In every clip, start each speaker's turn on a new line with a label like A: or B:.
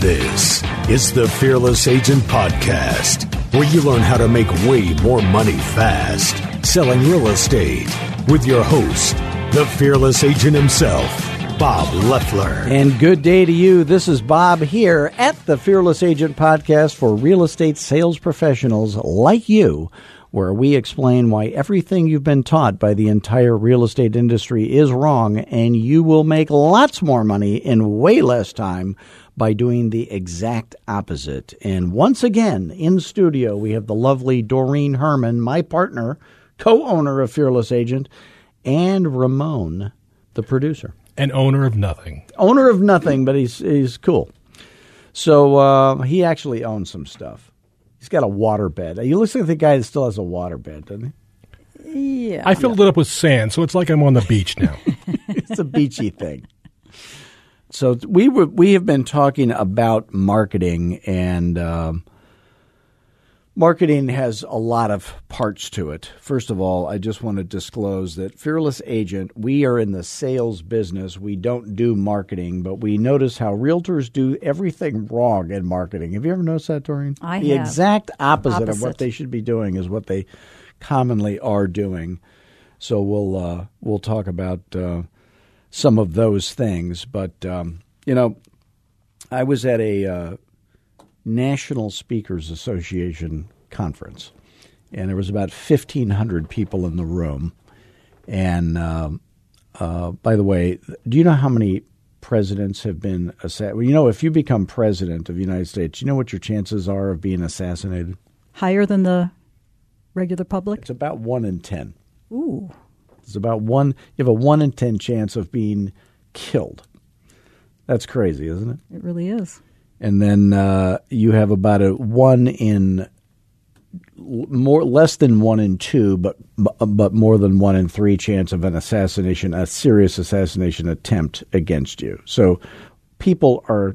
A: This is the Fearless Agent Podcast, where you learn how to make way more money fast selling real estate with your host, the Fearless Agent himself, Bob Leffler.
B: And good day to you. This is Bob here at the Fearless Agent Podcast for real estate sales professionals like you, where we explain why everything you've been taught by the entire real estate industry is wrong and you will make lots more money in way less time by doing the exact opposite. And once again, in studio, we have the lovely Doreen Herman, my partner, co owner of Fearless Agent, and Ramon, the producer
C: an owner of nothing.
B: owner of nothing, but he's he's cool. So uh, he actually owns some stuff. He's got a waterbed. He looks like the guy that still has a waterbed, doesn't he?
D: Yeah.
C: I filled it up with sand, so it's like I'm on the beach now.
B: It's a beachy thing. So we were we have been talking about marketing, and um, marketing has a lot of parts to it. First of all, I just want to disclose that Fearless Agent, we are in the sales business. We don't do marketing, but we notice how realtors do everything wrong in marketing. Have you ever noticed that, Doreen?
D: I
B: the
D: have.
B: exact opposite, of what
D: Opposite.
B: they should be doing is what they commonly are doing. So we'll uh, we'll talk about uh, some of those things. But um, you know, I was at a uh, National Speakers Association conference, and there was about fifteen hundred people in the room. And um uh, by the way, do you know how many presidents have been assassinated? Well, you know, if you become president of the United States, you know what your chances are of being assassinated.
D: Higher than the regular public?
B: It's about one in ten.
D: Ooh.
B: It's about one. You have a one in ten chance of being killed. That's crazy, isn't it?
D: It really is.
B: and then uh, you have about a one in l- more less than one in two, but but more than one in three chance of an assassination, a serious assassination attempt against you. So people are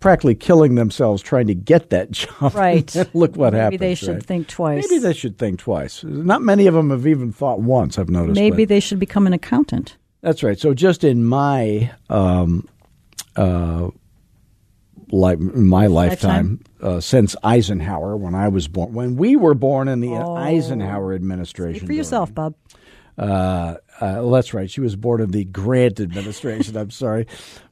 B: practically killing themselves trying to get that job.
D: Right.
B: Look what
D: Maybe
B: happens.
D: they should
B: right?
D: think twice.
B: Maybe they should think twice. Not many of them have even thought once. I've noticed. but-
D: Maybe they should become an accountant.
B: that's right. So just in my um, uh, li- my lifetime, Uh, since Eisenhower, when I was born, when we were born in the Eisenhower administration,
D: Oh. Speak for yourself, Bob.
B: Uh, uh, well, that's right. She was born in the Grant administration. I'm sorry,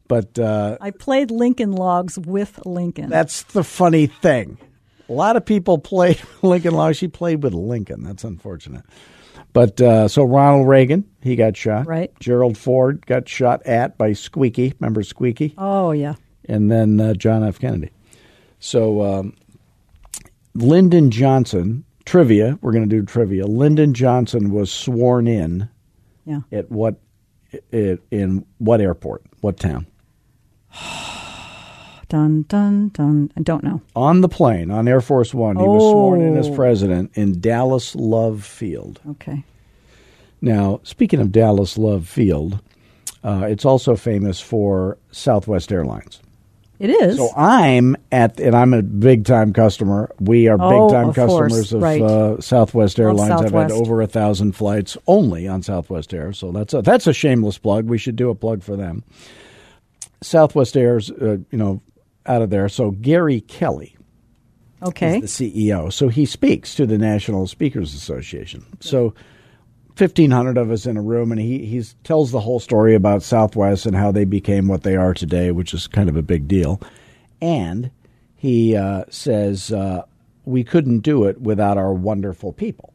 B: but uh,
D: I played Lincoln Logs with Lincoln.
B: that's the funny thing. A lot of people played Lincoln Law. She played with Lincoln. That's unfortunate. But uh, so Ronald Reagan, he got shot.
D: Right.
B: Gerald Ford got shot at by Squeaky. Remember Squeaky?
D: oh, yeah.
B: and then uh, John F. Kennedy. So um, Lyndon Johnson trivia. We're going to do trivia. Lyndon Johnson was sworn in
D: Yeah.
B: at what i in what airport? What town?
D: Dun, dun, dun. I don't know.
B: On the plane on Air Force One, he was sworn in as
D: Oh.
B: president in Dallas Love Field.
D: Okay.
B: Now, speaking of Dallas Love Field, uh, it's also famous for Southwest Airlines.
D: It is.
B: So I'm at, and I'm a big time customer. We are
D: Oh,
B: big time
D: of course,
B: customers of
D: right.
B: uh, Southwest Airlines. I've had
D: Southwest.
B: over a thousand flights only on Southwest Air, so that's a, that's a shameless plug. We should do a plug for them. Southwest Air's, uh, you know, out of there. So Gary Kelly,
D: okay.
B: is the CEO. So he speaks to the National Speakers Association. So. 1500 of us in a room and he he's, tells the whole story about southwest and how they became what they are today which is kind of a big deal and he uh, says uh, we couldn't do it without our wonderful people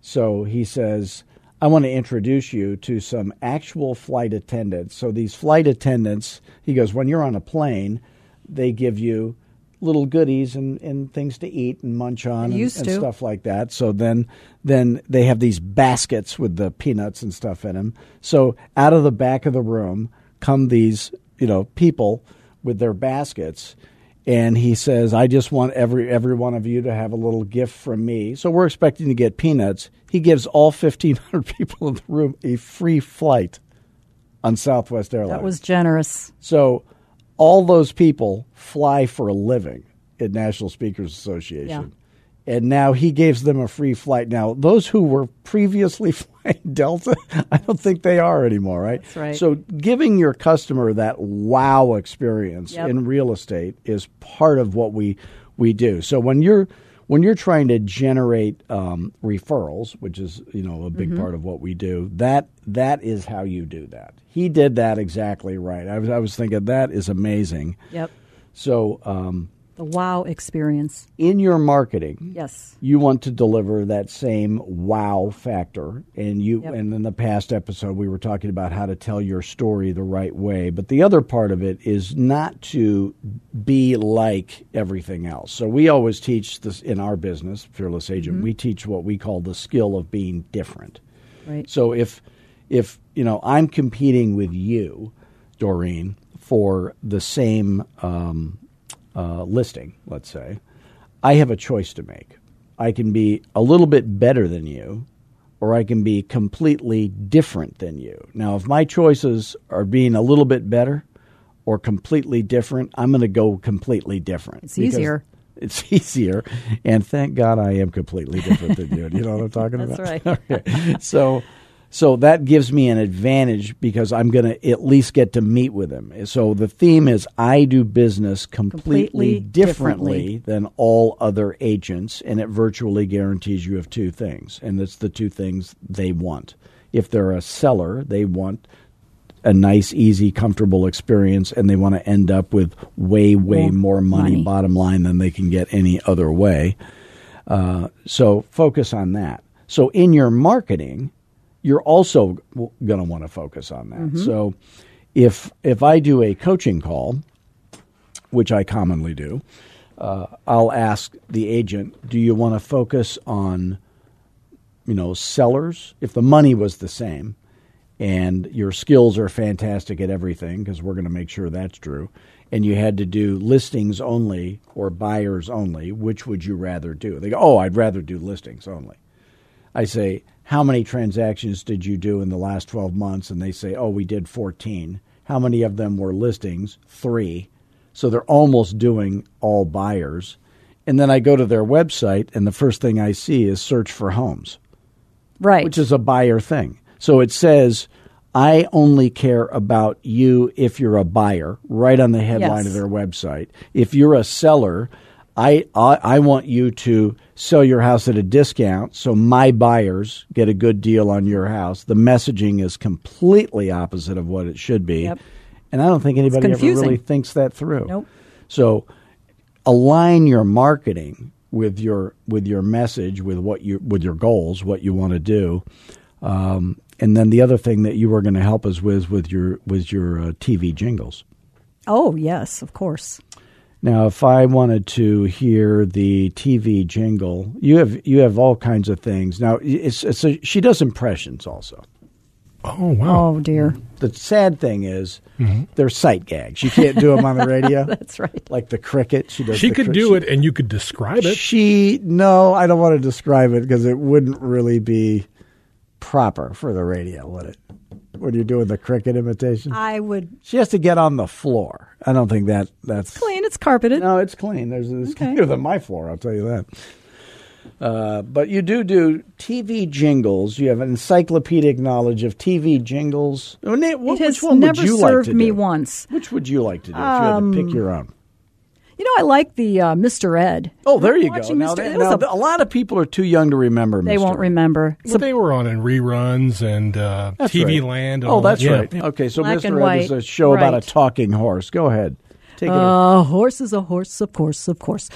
B: so he says i want to introduce you to some actual flight attendants so these flight attendants he goes when you're on a plane they give you little goodies and, and things to eat and munch on and,
D: used
B: and
D: to.
B: stuff stuff like that. So then then they have these baskets with the peanuts and stuff in them. So out of the back of the room come these, you know, people with their baskets and he says, "I just want every every one of you to have a little gift from me." So we're expecting to get peanuts. He gives all 1500 people in the room a free flight on Southwest Airlines.
D: That was generous.
B: So all those people fly for a living at National Speakers Association. and now he gives them a free flight. Now, those who were previously flying Delta, I don't think they are anymore, right?
D: That's right.
B: So, giving your customer that wow experience
D: Yep.
B: in real estate is part of what we we do. So when you're when you're trying to generate um, referrals, which is you know a big part of what we do, that that is how you do that. He did that exactly right. I was I was thinking that is amazing.
D: Yep.
B: So um,
D: The wow experience.
B: in your marketing,
D: Yes.
B: you want to deliver that same wow factor and you
D: Yep.
B: and in the past episode we were talking about how to tell your story the right way but the other part of it is not to be like everything else so we always teach this in our business fearless agent we teach what we call the skill of being different
D: Right.
B: so if if you know I'm competing with you, Doreen, for the same um, uh, listing, let's say, I have a choice to make. I can be a little bit better than you, or I can be completely different than you. Now, if my choices are being a little bit better or completely different, I'm going to go completely different.
D: It's
B: because
D: easier.
B: It's easier, and thank God I am completely different than you. Do You know what I'm talking
D: That's
B: about?
D: right.
B: Okay. so so that gives me an advantage because I'm going to at least get to meet with him. So the theme is I do business completely,
D: Completely
B: differently,
D: differently.
B: than all other agents and it virtually guarantees you of two things and it's the two things they want. If they're a seller, they want a nice, easy, comfortable experience and they want to end up with way way more
D: More
B: money,
D: money.
B: bottom line than they can get any other way. Uh, So focus on that. So in your marketing, you're also going to want to focus on that. So if if I do a coaching call, which I commonly do, uh, I'll ask the agent, "Do you want to focus on, you know, sellers? If the money was the same, and your skills are fantastic at everything, because we're going to make sure that's true, and you had to do listings only or buyers only, which would you rather do? They go, oh, I'd rather do listings only. I say, how many transactions did you do in the last 12 months? And they say, oh, we did 14. How many of them were listings? Three. So they're almost doing all buyers. And then I go to their website, and the first thing I see is search for homes
D: Right.
B: which is a buyer thing. So it says, I only care about you if you're a buyer, right on the headline
D: Yes.
B: of their website. If you're a seller, I, I, I want you to sell your house at a discount so my buyers get a good deal on your house. The messaging is completely opposite of what it should be.
D: Yep.
B: And I don't think anybody ever
D: confusing.
B: really thinks that through.
D: Nope.
B: So align your marketing with your with your message, with what you with your goals, what you want to do, um, and then the other thing that you were going to help us with with your with your uh, TV jingles.
D: oh, yes, of course.
B: Now, if I wanted to hear the TV jingle, you have you have all kinds of things. Now, it's, it's a, she does impressions also.
C: Oh, wow.
D: Oh, dear.
B: The sad thing is
C: Mm-hmm.
B: they're sight gags. You can't do them on the radio.
D: That's right.
B: Like the cricket, she does.
C: she
B: the
C: could
B: cri-
C: do it and you could describe it.
B: She no, I don't want to describe it because it wouldn't really be proper for the radio, would it? When you're doing the cricket imitation,
D: I would
B: she has to get on the floor. I don't think that that's
D: clean. It's carpeted.
B: no, it's clean. There's it's
D: Okay.
B: cleaner than my floor. I'll tell you that. Uh, but you do do TV jingles. You have an encyclopedic knowledge of TV jingles. Oh, Nate, what-
D: it has
B: which one
D: never
B: would you
D: served
B: like to
D: me Um,
B: do?
D: once.
B: Which would you like to do? if you had to pick your own.
D: You know, I like the uh, Mr. Ed.
B: Oh, there you go.
D: Watching
B: Now,
D: Mr.
B: that-
D: it was
B: now,
D: a-
B: a lot of people are too young to remember.
D: they
B: Mr.
D: won't remember.
C: Well, they were on in reruns and uh,
B: That's
C: TV
B: right.
C: Land. And
B: Oh,
C: all
B: that's
C: that. Yeah.
B: right. Okay, so
D: Black and
B: Mr. Ed is a
D: white.
B: show about a
D: Right. Uh,
B: talking horse. Go ahead. Take it. away.
D: A horse is a horse, of course, of course.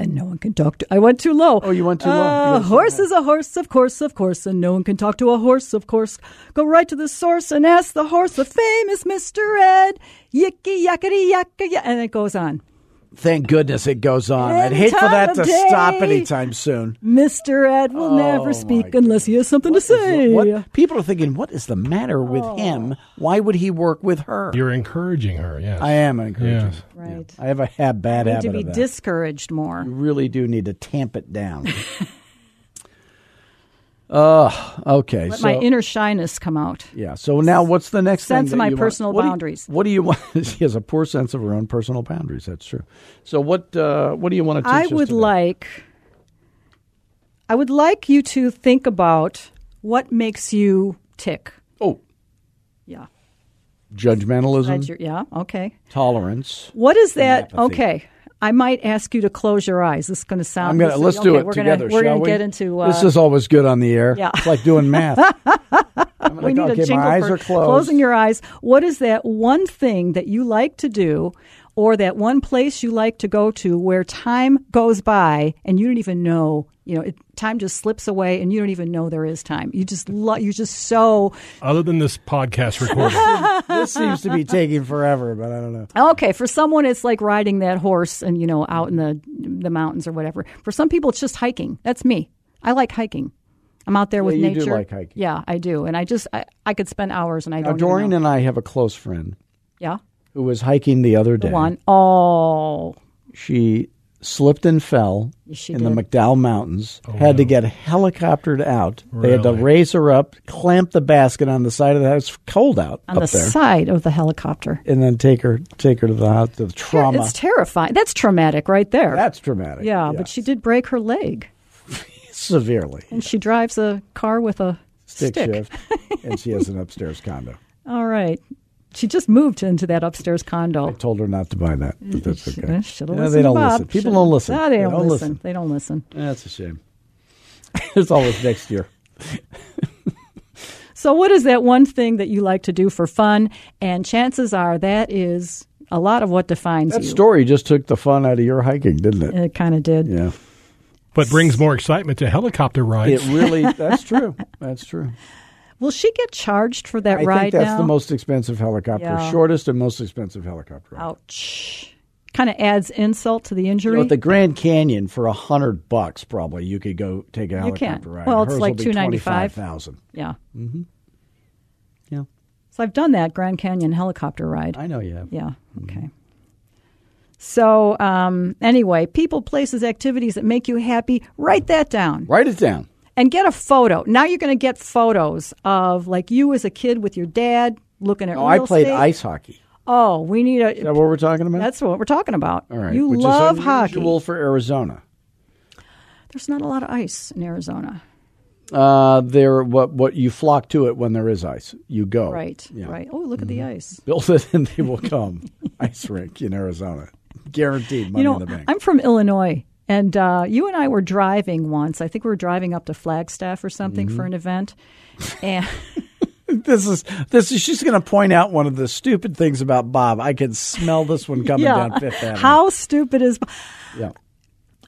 D: And no one can talk to. I went too low.
B: Oh, you went too low. You
D: A
B: went too
D: horse is a horse, of course, of course, and no one can talk to a horse, of course. Go right to the source and ask the horse, the famous Mr. Ed. Yicky yakety yakka, ya- and it goes on.
B: Thank goodness it goes on. I'd
D: Any
B: hate for
D: time
B: that
D: of
B: to stop
D: day.
B: anytime soon.
D: Mr. Ed will
B: Oh my
D: never speak unless he has something to say.
B: What people are thinking? What is the matter with
D: Oh.
B: him? Why would he work with her?
C: You're encouraging her, yes.
B: I am encouraging.
C: Yes.
D: Right.
B: I have a ha- bad
D: Need
B: habit
D: to be
B: of that.
D: discouraged more.
B: You really do need to tamp it down. Ugh. okay.
D: Let
B: so,
D: my inner shyness come out.
B: Yeah. So now, what's the next
D: Sense
B: thing? that
D: my
B: you want-
D: personal
B: what do you-
D: boundaries.
B: what do you want? she has a poor sense of her own personal boundaries. That's true. So what? Uh, what do you want to teach?
D: I
B: us
D: would
B: today?
D: like I would like you to think about what makes you tick.
B: Oh,
D: Yeah.
B: judgmentalism,
D: Glad you're- yeah. Okay.
B: tolerance.
D: What is that?
B: apathy.
D: Okay. I might ask you to close your eyes. This is going to sound.
B: I'm gonna
D: this is-
B: let's
D: okay,
B: do it
D: we're
B: together.
D: Gonna, we're
B: shall
D: gonna
B: we?
D: get into. Uh,
B: this is always good on the air.
D: yeah.
B: it's like doing math. I'm
D: we
B: like,
D: need a
B: okay,
D: jingle
B: my eyes
D: for
B: are closed.
D: closing your eyes. What is that one thing that you like to do, or that one place you like to go to where time goes by and you don't even know? You know, it, time just slips away and you don't even know there is time. You just lo- you're just so
C: Other than this podcast recording.
B: this seems to be taking forever, but I don't know.
D: Okay, for someone it's like riding that horse and you know out in the the mountains or whatever. For some people it's just hiking. That's me. I like hiking. I'm out there with
B: you do
D: nature.
B: like hiking.
D: Yeah, I do. And I just I, I could spend hours and I
B: Now,
D: don't even
B: Doreen
D: know.
B: and I have a close friend
D: Yeah.
B: who was hiking the other day.
D: One. Oh.
B: She slipped and fell
D: She
B: in
D: did.
B: the McDowell Mountains. had to get helicoptered out. They had to
C: Really?
B: raise her up, clamp the basket on the side of the house. Cold out
D: On
B: up
D: the
B: there,
D: side of the helicopter.
B: and then take her take her to the house. To the trauma.
D: It's terrifying. That's traumatic right there.
B: That's dramatic.
D: yeah, but she did break her leg.
B: severely
D: And she drives a car with a
B: stick, shift, and she has an upstairs condo.
D: All right. She just moved into that upstairs condo.
B: Told her not to buy that, but that's okay.
D: Should
B: Yeah,
D: have
B: they
D: Mm, listened.
B: don't
D: Bob.
B: listen. People
D: Shoulda-
B: don't listen.
D: No, they,
B: They
D: don't,
B: don't
D: listen.
B: listen.
D: They don't listen.
B: That's a shame. it's always next year.
D: So, what is that one thing that you like to do for fun? And chances are that is a lot of what defines
B: That
D: you.
B: story just took the fun out of your hiking, didn't it?
D: it kind of did.
B: Yeah.
C: but brings more excitement to helicopter
B: It
C: rides.
B: really, that's true. That's true.
D: Will she get charged for that
B: I
D: ride
B: think that's
D: now?
B: the most expensive helicopter,
D: Yeah.
B: shortest and most expensive helicopter. ride.
D: Ouch. Kind of adds insult to the
B: You
D: injury.
B: know, at the Grand Canyon for a hundred bucks, probably you could go take a
D: You can.
B: helicopter ride.
D: Well, it's
B: Hers
D: like
B: will be
D: $295.
B: $25,000.
D: yeah.
B: Mm-hmm. Yeah,
D: So, I've done that Grand Canyon helicopter ride.
B: I Mm-hmm. know you have.
D: Yeah. Okay. So, um, anyway, people, places, activities that make you happy, write that down.
B: Write it down.
D: and get a photo. Now you're going to get photos of like you as a kid with your dad looking at.
B: Oh, I
D: real
B: played
D: estate.
B: ice hockey.
D: Oh, we need
B: Is that
D: a.
B: what we're talking about?
D: That's what we're talking about.
B: All right.
D: you
B: which
D: love
B: is
D: hockey.
B: unusual for Arizona.
D: There's not a lot of ice in Arizona.
B: Uh, there, what what you flock to it when there is ice. You go
D: Right.
B: Yeah. Mm-hmm.
D: Right. Oh, look at the ice.
B: Build it and they will come. ice rink in Arizona, guaranteed money
D: you
B: in the
D: know,
B: bank.
D: I'm from Illinois, and uh, you and I were driving once. I think we were driving up to Flagstaff or something for
B: Mm-hmm.
D: an event, and.
B: this is this is. She's going to point out one of the stupid things about Bob. I can smell this one coming
D: Yeah.
B: down Fifth Avenue.
D: How stupid is
B: Yeah.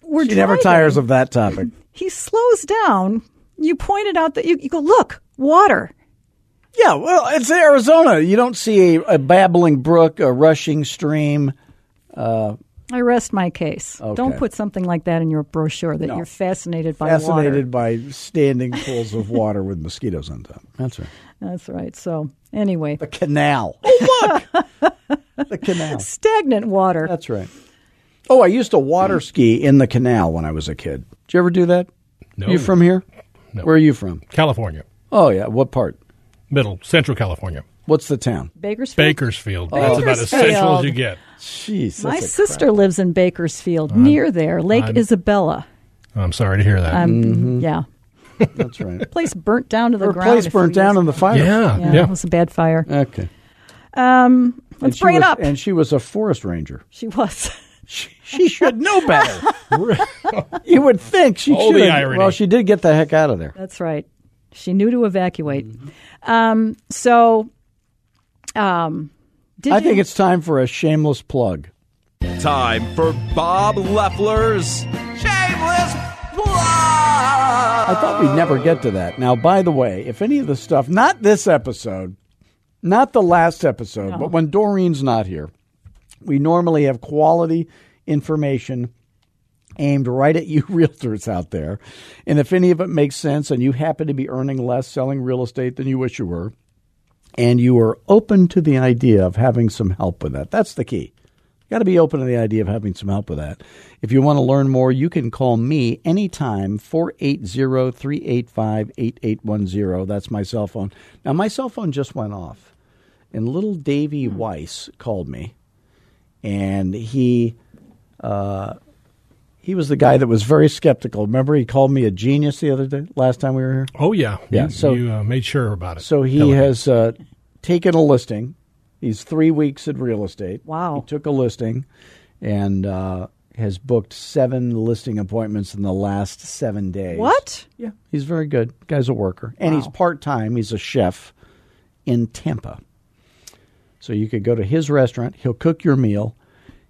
D: we're
B: She never
D: driving.
B: tires of that topic.
D: He slows down. You pointed out that you, you go look water.
B: yeah, well, it's Arizona. You don't see a, a babbling brook, a rushing stream.
D: I rest my case.
B: Okay.
D: Don't put something like that in your brochure that you're fascinated by
B: Fascinated
D: water.
B: by standing pools of water with mosquitoes on top. That's right.
D: That's right. So, anyway,
B: The canal. Oh, look! the canal.
D: stagnant water.
B: That's right. Oh, I used to
C: Mm.
B: water ski in the canal when I was a kid. Did you ever do that?
C: No.
B: You from here?
C: No.
B: Where are you from?
C: California.
B: Oh, yeah. What part? Middle.
C: Middle, Central California.
B: What's the town?
D: Bakersfield.
C: Bakersfield. That's about as
D: Bakersfield.
C: central as you get.
B: Jeez. that's
D: my
B: a
D: sister lives in Bakersfield, near there, Lake Isabella.
C: I'm sorry to hear that.
D: Yeah,
B: crap. Mm-hmm. That's right.
D: place burnt down to the
B: Her
D: ground.
B: place
D: a few
B: burnt
D: years
B: down in the
D: ago.
B: fire.
C: yeah,
D: Yeah,
C: yeah.
D: it was a bad fire.
B: Okay.
D: Um,
B: And
D: let's
B: she
D: bring it
B: was-
D: up.
B: And she was a forest ranger.
D: she was.
B: She, she should know better. you would think she
C: Oh, the
B: should.
C: irony.
B: Well, she did get the heck out of there.
D: That's right. She knew to evacuate. Um, so, um, did
B: I
D: you-
B: think it's time for a shameless plug.
E: Time for Bob Leffler's Shameless Plug.
B: I thought we'd never get to that. Now, by the way, if any of the stuff, not this episode, not the last episode, but when Doreen's not here, we normally have quality information aimed right at you realtors out there. And if any of it makes sense and you happen to be earning less selling real estate than you wish you were, and you are open to the idea of having some help with that, that's the key. Got to be open to the idea of having some help with that. If you want to learn more, you can call me anytime, 480 385 8810. That's my cell phone. Now, my cell phone just went off, and little Davy Weiss called me, and he uh, He was the guy that was very skeptical. Remember, he called me a genius the other day, last time we were here.
C: Oh yeah,
B: Yeah,
C: You,
B: so-
C: you, uh, made sure about it.
B: So he
C: Delegate.
B: has uh, taken a listing. He's three weeks at real estate.
D: Wow.
B: He took a listing and uh, has booked seven listing appointments in the last seven days.
D: What?
B: Yeah, he's very good. Guy's a worker. And he's
D: Wow.
B: part time. He's a chef in Tampa. So you could go to his restaurant. He'll cook your meal.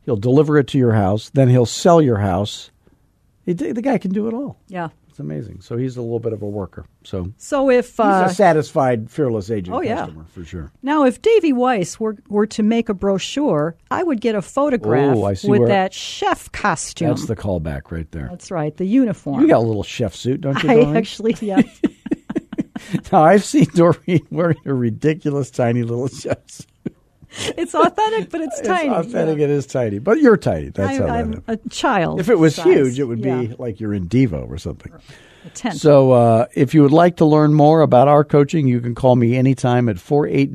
B: He'll deliver it to your house. Then he'll sell your house. He, the guy can do it all.
D: Yeah.
B: It's amazing. So he's a little bit of a worker. So
D: So if uh,
B: He's a satisfied, fearless agent
D: Oh, yeah.
B: customer for sure.
D: Now, if Davy Weiss were, were to make a brochure, I would get a photograph
B: Oh, I see
D: with
B: where-
D: that chef costume.
B: That's the callback right there.
D: That's right, the uniform.
B: You got a little chef suit, don't you,
D: I
B: Doreen?
D: actually, yeah.
B: No, I've seen Doreen wearing a ridiculous tiny little chef suit.
D: it's authentic, but it's tiny.
B: It's authentic. It is tiny, but you're tiny. That's
D: I'm,
B: how that
D: I'm
B: happened.
D: a child.
B: If it was
D: size.
B: huge, it would
D: Yeah,
B: be like you're in Devo or something.
D: a tent.
B: So, uh, if you would like to learn more about our coaching, you can call me anytime at 480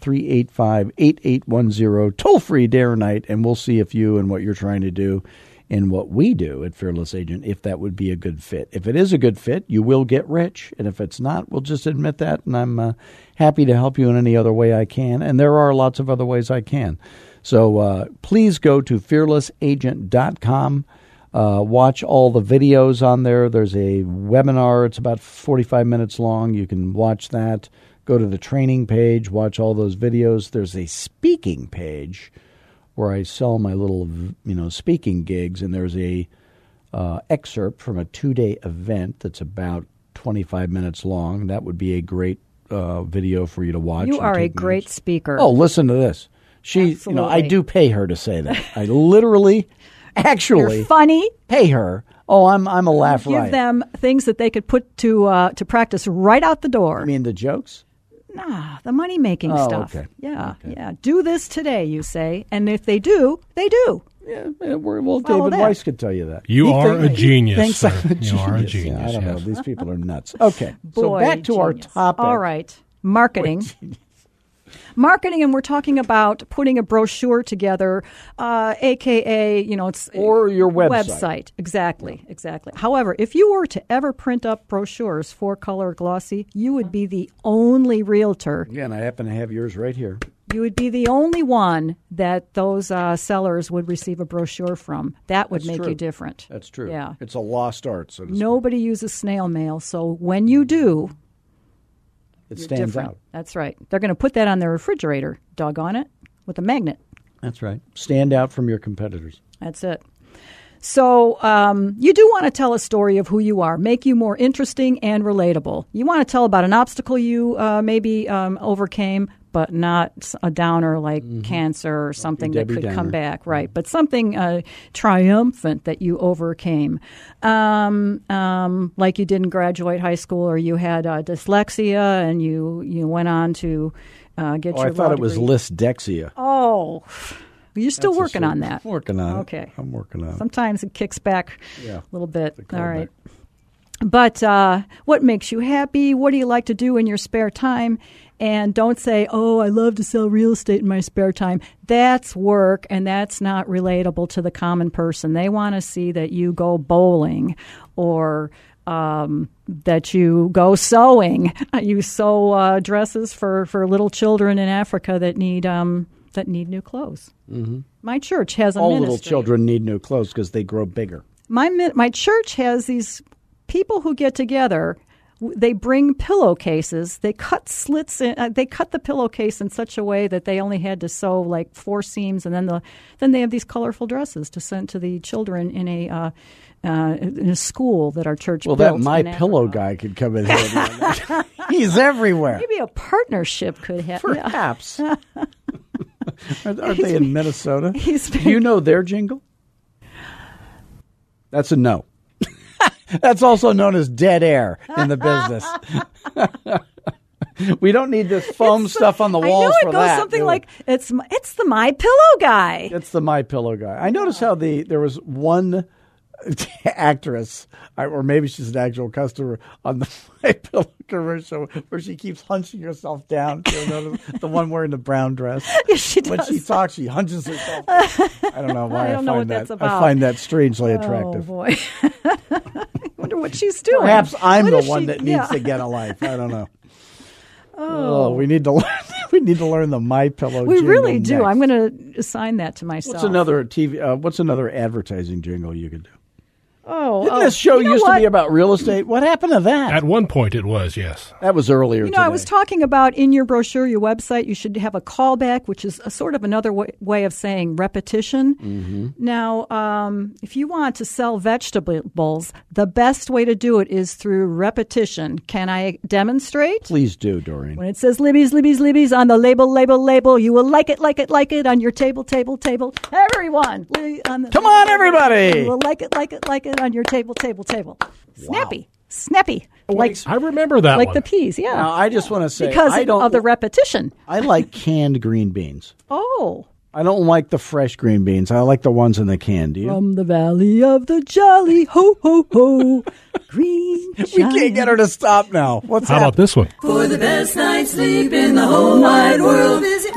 B: 385 8810, toll free Dare Night, and we'll see if you and what you're trying to do and what we do at Fearless Agent, if that would be a good fit. If it is a good fit, you will get rich. And if it's not, we'll just admit that. And I'm uh, happy to help you in any other way I can. And there are lots of other ways I can. So, uh, please go to fearlessagent.com. Uh, watch all the videos on there. There's a webinar. It's about 45 minutes long. You can watch that. Go to the training page, watch all those videos. There's a speaking page where I sell my little, you know, speaking gigs, and there's a uh, excerpt from a two-day event that's about 25 minutes long. That would be a great uh, video for you to watch.
D: you
B: and
D: are a
B: take notes.
D: great speaker.
B: Oh, listen to this. She, you know, I
D: Absolutely.
B: do pay her to say that. I literally, actually,
D: you're funny.
B: pay her. Oh, I'm I'm a laugh
D: Give
B: riot.
D: them things that they could put to uh, to practice right out the door.
B: I mean the jokes.
D: nah, the money making
B: Oh,
D: stuff.
B: okay.
D: Yeah, yeah. Do this today, you say, and if they do, they do.
B: Yeah, Uh, we're, well,
D: Follow
B: David
D: that.
B: Weiss could tell you that.
C: You are a genius,
B: Thanks,
C: sir.
B: I'm a
C: You are
B: genius. Yeah,
C: a
B: I
C: genius,
B: don't know.
C: yes.
B: These people are nuts. Okay, so
D: Boy,
B: back to our
D: genius.
B: topic.
D: All right, marketing. Marketing, and we're talking about putting a brochure together, uh, aka, you know, it's uh,
B: Or your website.
D: Website, exactly, exactly. However, if you were to ever print up brochures for color glossy, you would be the only realtor.
B: Again, I happen to have yours right here.
D: You would be the only one that those uh, sellers would receive a brochure from. That would make
B: true.
D: you different.
B: That's true.
D: Yeah.
B: it's a lost art. So to speak.
D: Nobody uses snail mail, so when you do,
B: it
D: You're
B: stands
D: different.
B: out.
D: That's right. They're going to put that on their refrigerator, doggone it, with a magnet.
B: That's right. Stand out from your competitors.
D: That's it. So um, you do want to tell a story of who you are, make you more interesting and relatable. You want to tell about an obstacle you uh, maybe um, overcame, but not s- a downer like cancer or something that
B: Mm-hmm. Debbie
D: could
B: Downer.
D: come back, right? But something uh, triumphant that you overcame, um, um, like you didn't graduate high school or you had uh, dyslexia and you you went on to uh, get
B: Oh,
D: your
B: I thought
D: law
B: it was
D: degree.
B: Lysdexia.
D: Oh, you're still working on that.
B: I'm working on it.
D: Okay.
B: I'm working on it.
D: Sometimes it kicks back
B: Yeah.
D: a little bit. All
B: callback.
D: right. But uh, what makes you happy? What do you like to do in your spare time? And don't say, oh, I love to sell real estate in my spare time. That's work, and that's not relatable to the common person. They want to see that you go bowling or um, that you go sewing. You sew uh, dresses for, for little children in Africa that need, um, that need new clothes. Mm-hmm. My church has a
B: All
D: ministry.
B: little children need new clothes because they grow bigger.
D: my min- my church has these people who get together. w- They bring pillowcases. They cut slits. In, uh, they cut the pillowcase in such a way that they only had to sew like four seams, and then the then they have these colorful dresses to send to the children in a uh, uh, in a school that our church.
B: Well, that
D: built
B: my
D: in
B: pillow
D: Africa.
B: guy could come in here. He's everywhere.
D: Maybe a partnership could happen.
B: Perhaps. Are- Aren't they in Minnesota?
D: he's
B: Do you know their jingle? That's a no. That's also known as dead air in the business. we don't need this foam stuff on the
D: I know
B: walls
D: it
B: for
D: goes
B: that,
D: something
B: do we?
D: like it's m- it's the my pillow guy.
B: It's the My Pillow guy. I noticed how the there was one actress, or maybe she's an actual customer on the My Pillow commercial where she keeps hunching herself down. You know, the one wearing the brown dress.
D: Yes, she does.
B: When she talks, she hunches herself. Down. I don't know why I,
D: I don't
B: find
D: know what
B: that.
D: that's about.
B: I find that strangely
D: Oh
B: attractive.
D: boy. I wonder what she's doing.
B: Perhaps I'm
D: What
B: the
D: is
B: one
D: she-
B: that needs
D: yeah.
B: to get a life. I don't know. Oh, we need to learn. We need to learn the My Pillow.
D: We really do.
B: Next.
D: I'm going to assign that to myself.
B: What's another TV? Uh, what's another advertising jingle you could do?
D: Oh,
B: Didn't
D: oh,
B: this show
D: you know
B: used
D: what?
B: to be about real estate? What happened to that?
C: At one point, it was yes.
B: that was earlier.
D: You know, I was talking about in your brochure, your website, you should have a callback, which is a sort of another way, way of saying repetition.
B: Mm-hmm.
D: Now, um, if you want to sell vegetables, the best way to do it is through repetition. Can I demonstrate?
B: Please do, Doreen.
D: When it says Libby's, Libby's, Libby's on the label, label, label, you will like it, like it, like it on your table, table, table. Everyone, Libby on the
B: Come on,
D: label, label,
B: everybody!
D: label. You will like it, like it, like it on your table, table, table. Snappy, snappy, like
C: I remember that
D: like
C: one.
D: the peas, yeah.
B: Now, I just want to say
D: because
B: I don't.
D: of the repetition.
B: I like canned green beans.
D: Oh,
B: I don't like the fresh green beans. I like the ones in the can. Do you?
D: from the valley of the jolly ho ho ho, green.
B: we can't get her to stop now. What's
C: How about
B: happening?
C: this one?
F: For the best night's sleep in the whole wide world, visit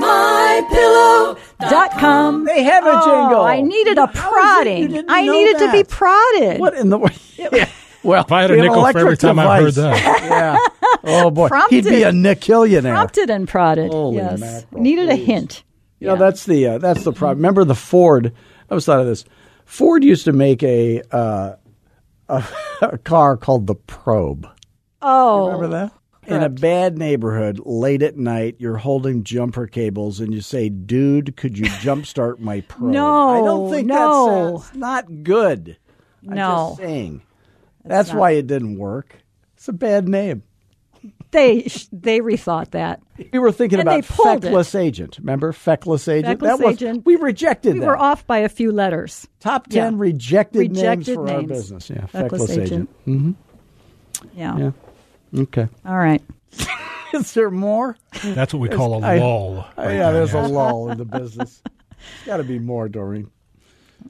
F: mypillow.com.
D: dot com.
B: They have a
D: oh,
B: jingle.
D: I needed a
B: How is it you
D: prodding.
B: didn't
D: I
B: know
D: needed to be
B: that?
D: prodded.
B: What in the world? Well,
C: If I had a
B: we have an
C: nickel for every
B: electric
C: time I heard
B: device.
C: that,
B: yeah. Oh boy, he'd be
D: Prompted.
B: a nickillionaire.
D: Prompted and prodded.
B: Holy
D: yes,
B: mackerel,
D: needed a
B: please.
D: hint.
B: You know, that's the uh, that's the problem. Remember the Ford? I always thought of this. Ford used to make a uh, a, a car called the Probe.
D: Oh,
B: Remember that? In a bad neighborhood, late at night, you're holding jumper cables and you say, "Dude, could you jumpstart my probe?"
D: No,
B: I don't think
D: no.
B: that's, that's not good. I'm
D: No.
B: just saying. That's, why it didn't work. It's a bad name.
D: they sh- they rethought that.
B: We were thinking
D: And
B: about
D: they pulled it.
B: feckless agent. Remember feckless agent?
D: Feckless
B: that was
D: agent.
B: we rejected
D: We
B: that.
D: were off by a few letters.
B: Top ten
D: Yeah.
B: rejected, names
D: Rejected
B: for our
D: names.
B: business. Yeah,
D: Feckless agent. Yeah.
B: Mm-hmm. Yeah. Okay.
D: All right.
B: Is there more?
C: that's what we call a
B: I-
C: lull. right
B: Oh, yeah,
C: there,
B: there's a
C: yeah.
B: lull in the business. There's got to be more, Doreen.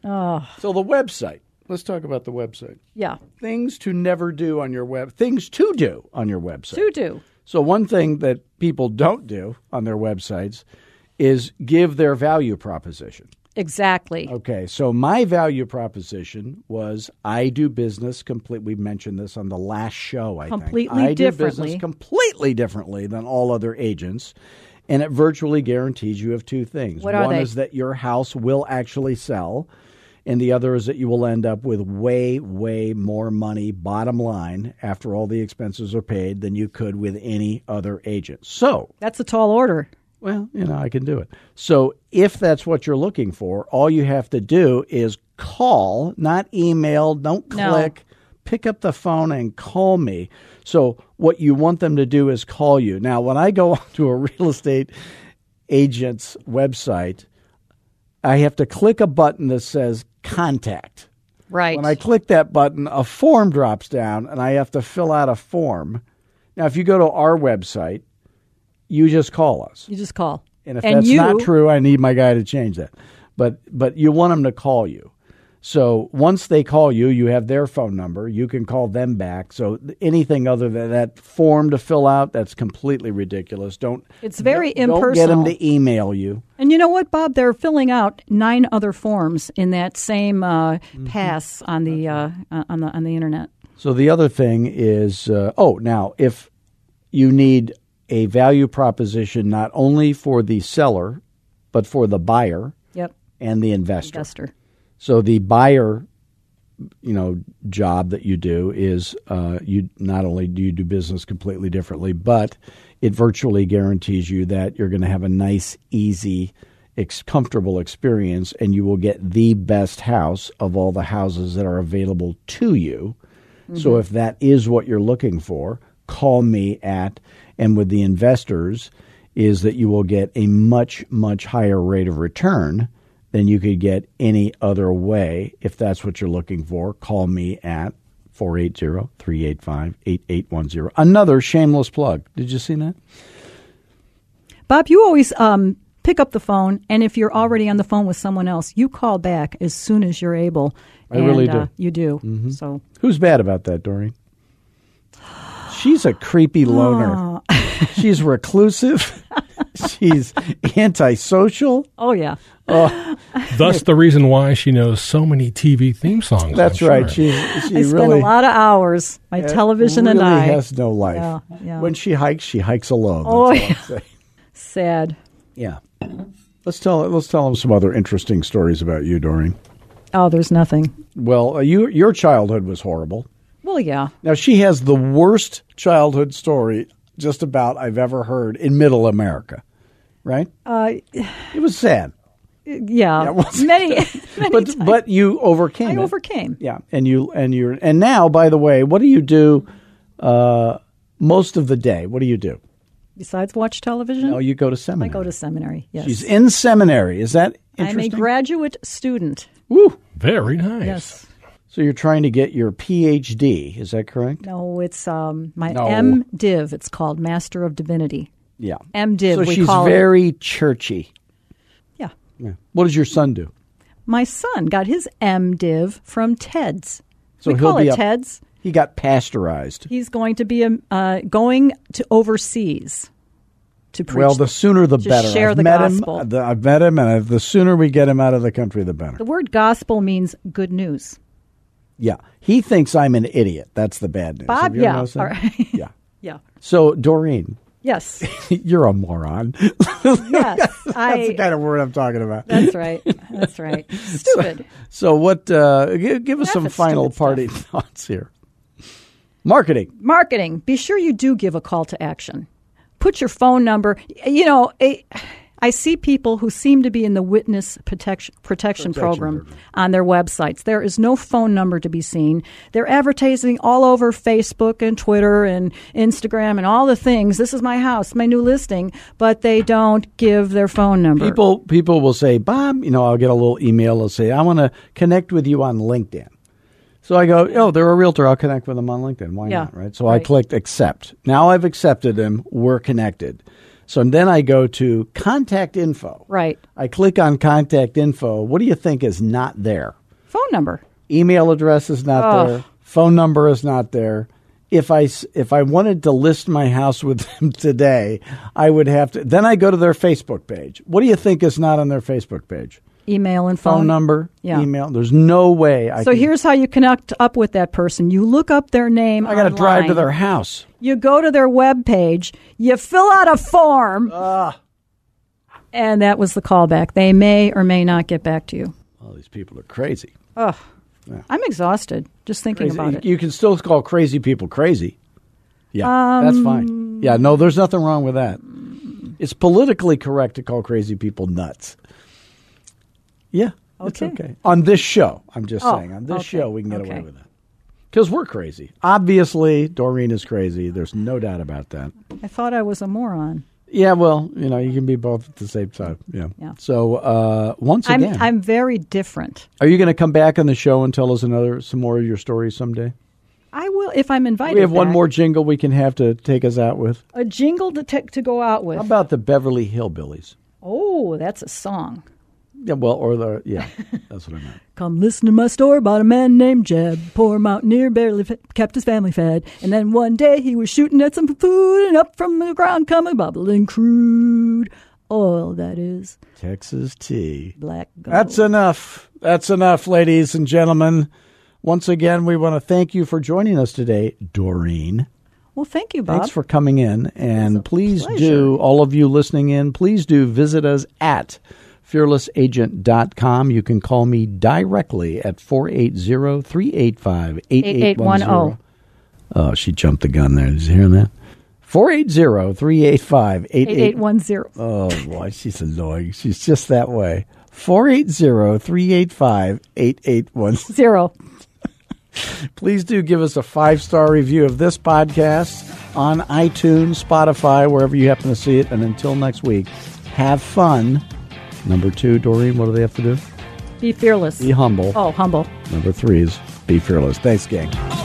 D: Ah.
B: So the website. Let's talk about the website.
D: Yeah.
B: Things to never do on your web. Things to do on your website.
D: To do.
B: So one thing that people don't do on their websites is give their value proposition.
D: Exactly.
B: Okay, so my value proposition was I do business complete. We mentioned this on the last show. I think.
D: Completely
B: I do business
D: differently.
B: completely differently than all other agents, and it virtually guarantees you of two things.
D: What
B: One
D: are they?
B: is that your house will actually sell, and the other is that you will end up with way, way more money, bottom line, after all the expenses are paid, than you could with any other agent. So
D: That's a tall order.
B: well, you know, I can do it. So if that's what you're looking for, all you have to do is call, not email, don't
D: No.
B: click, pick up the phone and call me. So what you want them to do is call you. Now, when I go onto a real estate agent's website, I have to click a button that says contact.
D: Right.
B: When I click that button, a form drops down and I have to fill out a form. Now, if you go to our website, you just call us.
D: you just call.
B: And if that's
D: you,
B: not true, I need my guy to change that. But but you want him to call you. So once they call you, you have their phone number. You can call them back. So th- anything other than that form to fill out, that's completely ridiculous. Don't
D: It's very
B: don't get them
D: impersonal.
B: to email you.
D: And you know what, Bob? They're filling out nine other forms in that same uh,
B: Mm-hmm.
D: pass on the uh, uh, on the on the internet.
B: So the other thing is, uh, oh, now if you need a value proposition not only for the seller, but for the buyer
D: Yep,
B: and the investor.
D: Duster.
B: So the buyer, you know, job that you do is uh, you not only do you do business completely differently, but it virtually guarantees you that you're going to have a nice, easy, ex- comfortable experience, and you will get the best house of all the houses that are available to you. So if that is what you're looking for, call me at and with the investors is that you will get a much much higher rate of return than you could get any other way if that's what you're looking for. Call me at 480-385-8810. Another shameless plug. Did you see that?
D: Bob, you always um, pick up the phone, and if you're already on the phone with someone else, you call back as soon as you're able.
B: I really
D: And, uh,
B: do. Mm-hmm.
D: you do. So
B: Who's bad about that, Doreen? She's a creepy loner. She's reclusive. She's antisocial.
D: oh yeah,
C: Thus, the reason why she knows so many TV theme songs.
B: That's
C: I'm
B: right.
C: sure.
B: She she
D: I spend a
B: really
D: lot of hours my television
B: really
D: and I.
B: has no life.
D: Yeah, yeah.
B: When she hikes, she hikes alone. That's
D: oh
B: all.
D: yeah, sad.
B: yeah. Let's tell let's tell them some other interesting stories about you, Doreen.
D: Oh, there's nothing.
B: Well, uh, you your childhood was horrible.
D: Well, yeah.
B: Now she has the worst childhood story just about I've ever heard in middle America. Right?
D: Uh,
B: It was sad.
D: yeah,
B: well,
D: many, many
B: but
D: times.
B: but you overcame
D: I
B: it.
D: overcame.
B: Yeah, and you and you're and now by the way, what do you do uh, most of the day? What do you do?
D: Besides watch television,
B: Oh, you go to
D: I
B: seminary.
D: go to seminary. Yes,
B: She's in seminary. Is that
D: I'm a
B: interesting?
D: graduate student.
B: Woo.
C: Very nice.
D: Yes.
B: So you're trying to get your PhD, is that correct?
D: No, it's um, my
B: No.
D: M Div. It's called Master of Divinity.
B: Yeah.
D: MDiv,
B: So
D: we
B: she's
D: call it.
B: very churchy.
D: Yeah.
B: Yeah. What does your son do?
D: My son got his M Div from TEDS.
B: So
D: we
B: he'll
D: call
B: be
D: it
B: a-
D: TEDS.
B: He got pasteurized.
D: He's going to be um, uh, going to overseas to preach.
B: Well, the sooner the
D: Just
B: better.
D: share
B: I've
D: the
B: met
D: gospel.
B: him. uh, the- I've met him, and I, the sooner we get him out of the country, the better.
D: the word gospel means good news.
B: Yeah, he thinks I'm an idiot. That's the bad news.
D: Bob,
B: Have you
D: yeah,
B: noticed that?
D: all right.
B: yeah.
D: Yeah.
B: So Doreen,
D: Yes.
B: you're a moron.
D: Yes.
B: That's the
D: I.
B: kind of word I'm talking about.
D: That's right. That's right. Stupid.
B: So what? Uh, give, give us
D: That's
B: some
D: stupid
B: final
D: stuff.
B: party thoughts here. Marketing.
D: marketing be sure you do give a call to action put your phone number you know eh, i see people who seem to be in the witness protection, protection, program on their websites there is no phone number to be seen they're advertising all over facebook and twitter and instagram and all the things this is my house my new listing but they don't give their phone number
B: People people will say, Bob, you know, I'll get a little email. They'll say, I want to connect with you on LinkedIn. So I go, oh, they're a realtor. I'll connect with them on LinkedIn. Why
D: Yeah,
B: not, right? So I
D: right.
B: clicked accept. Now I've accepted them. We're connected. So then I go to contact info.
D: right
B: I click on contact info. What do you think is not there?
D: phone number
B: email address is not
D: Ugh.
B: there phone number is not there if i s- if i wanted to list my house with them today i would have to then i go to their facebook page what do you think is not on their facebook page
D: email and
B: phone
D: phone
B: number
D: yeah.
B: email there's no way i
D: so
B: can,
D: here's how you connect up with that person you look up their name
B: i gotta drive to
D: online.
B: their house
D: you go to their webpage, you fill out a form, and that was the callback. They may or may not get back to you.
B: all these people are crazy
D: I'm exhausted just thinking
B: Crazy.
D: about
B: You-
D: it.
B: you can still call crazy people crazy yeah
D: Um,
B: that's fine yeah no there's nothing wrong with that it's politically correct to call crazy people nuts yeah it's
D: Okay.
B: okay on this show i'm just
D: Oh,
B: saying on this
D: okay,
B: show we can get away
D: okay.
B: with it because we're crazy obviously doreen is crazy there's no doubt about that
D: I thought I was a moron.
B: yeah well you know you can be both at the same time yeah,
D: Yeah.
B: so uh, once
D: I'm,
B: again
D: I'm very different.
B: are you going to come back on the show and tell us another some more of your stories someday
D: I will if I'm invited.
B: we have one
D: back.
B: more jingle we can have to take us out with
D: a jingle to take to go out with.
B: How about the Beverly Hillbillies?
D: oh, that's a song.
B: Yeah, well, or the yeah, that's what I meant.
D: Come listen to my story about a man named Jeb. Poor mountaineer barely f- kept his family fed. And then one day he was shooting at some food, and up from the ground come a bubbling crude oil, that is.
B: Texas tea.
D: black gold.
B: That's enough. That's enough, ladies and gentlemen. Once again, we want to thank you for joining us today, Doreen.
D: well, thank you, Bob.
B: Thanks for coming in. And please do,
D: pleasure.
B: all of you listening in, please do visit us at fearlessagent.com. You can call me directly at 480 385 8810.
D: 8810.
B: Oh, she jumped the gun there. Did you hear that? 480 385 8810.
D: 8810.
B: Oh, boy, she's annoying. She's just that way. 480 385 8810.
D: Zero.
B: Please do give us a five star review of this podcast on iTunes, Spotify, wherever you happen to see it. And until next week, have fun. Number two, Doreen, what do they have to do?
D: Be fearless.
B: Be humble.
D: Oh, humble.
B: Number three is be fearless. Thanks, gang.
F: Oh,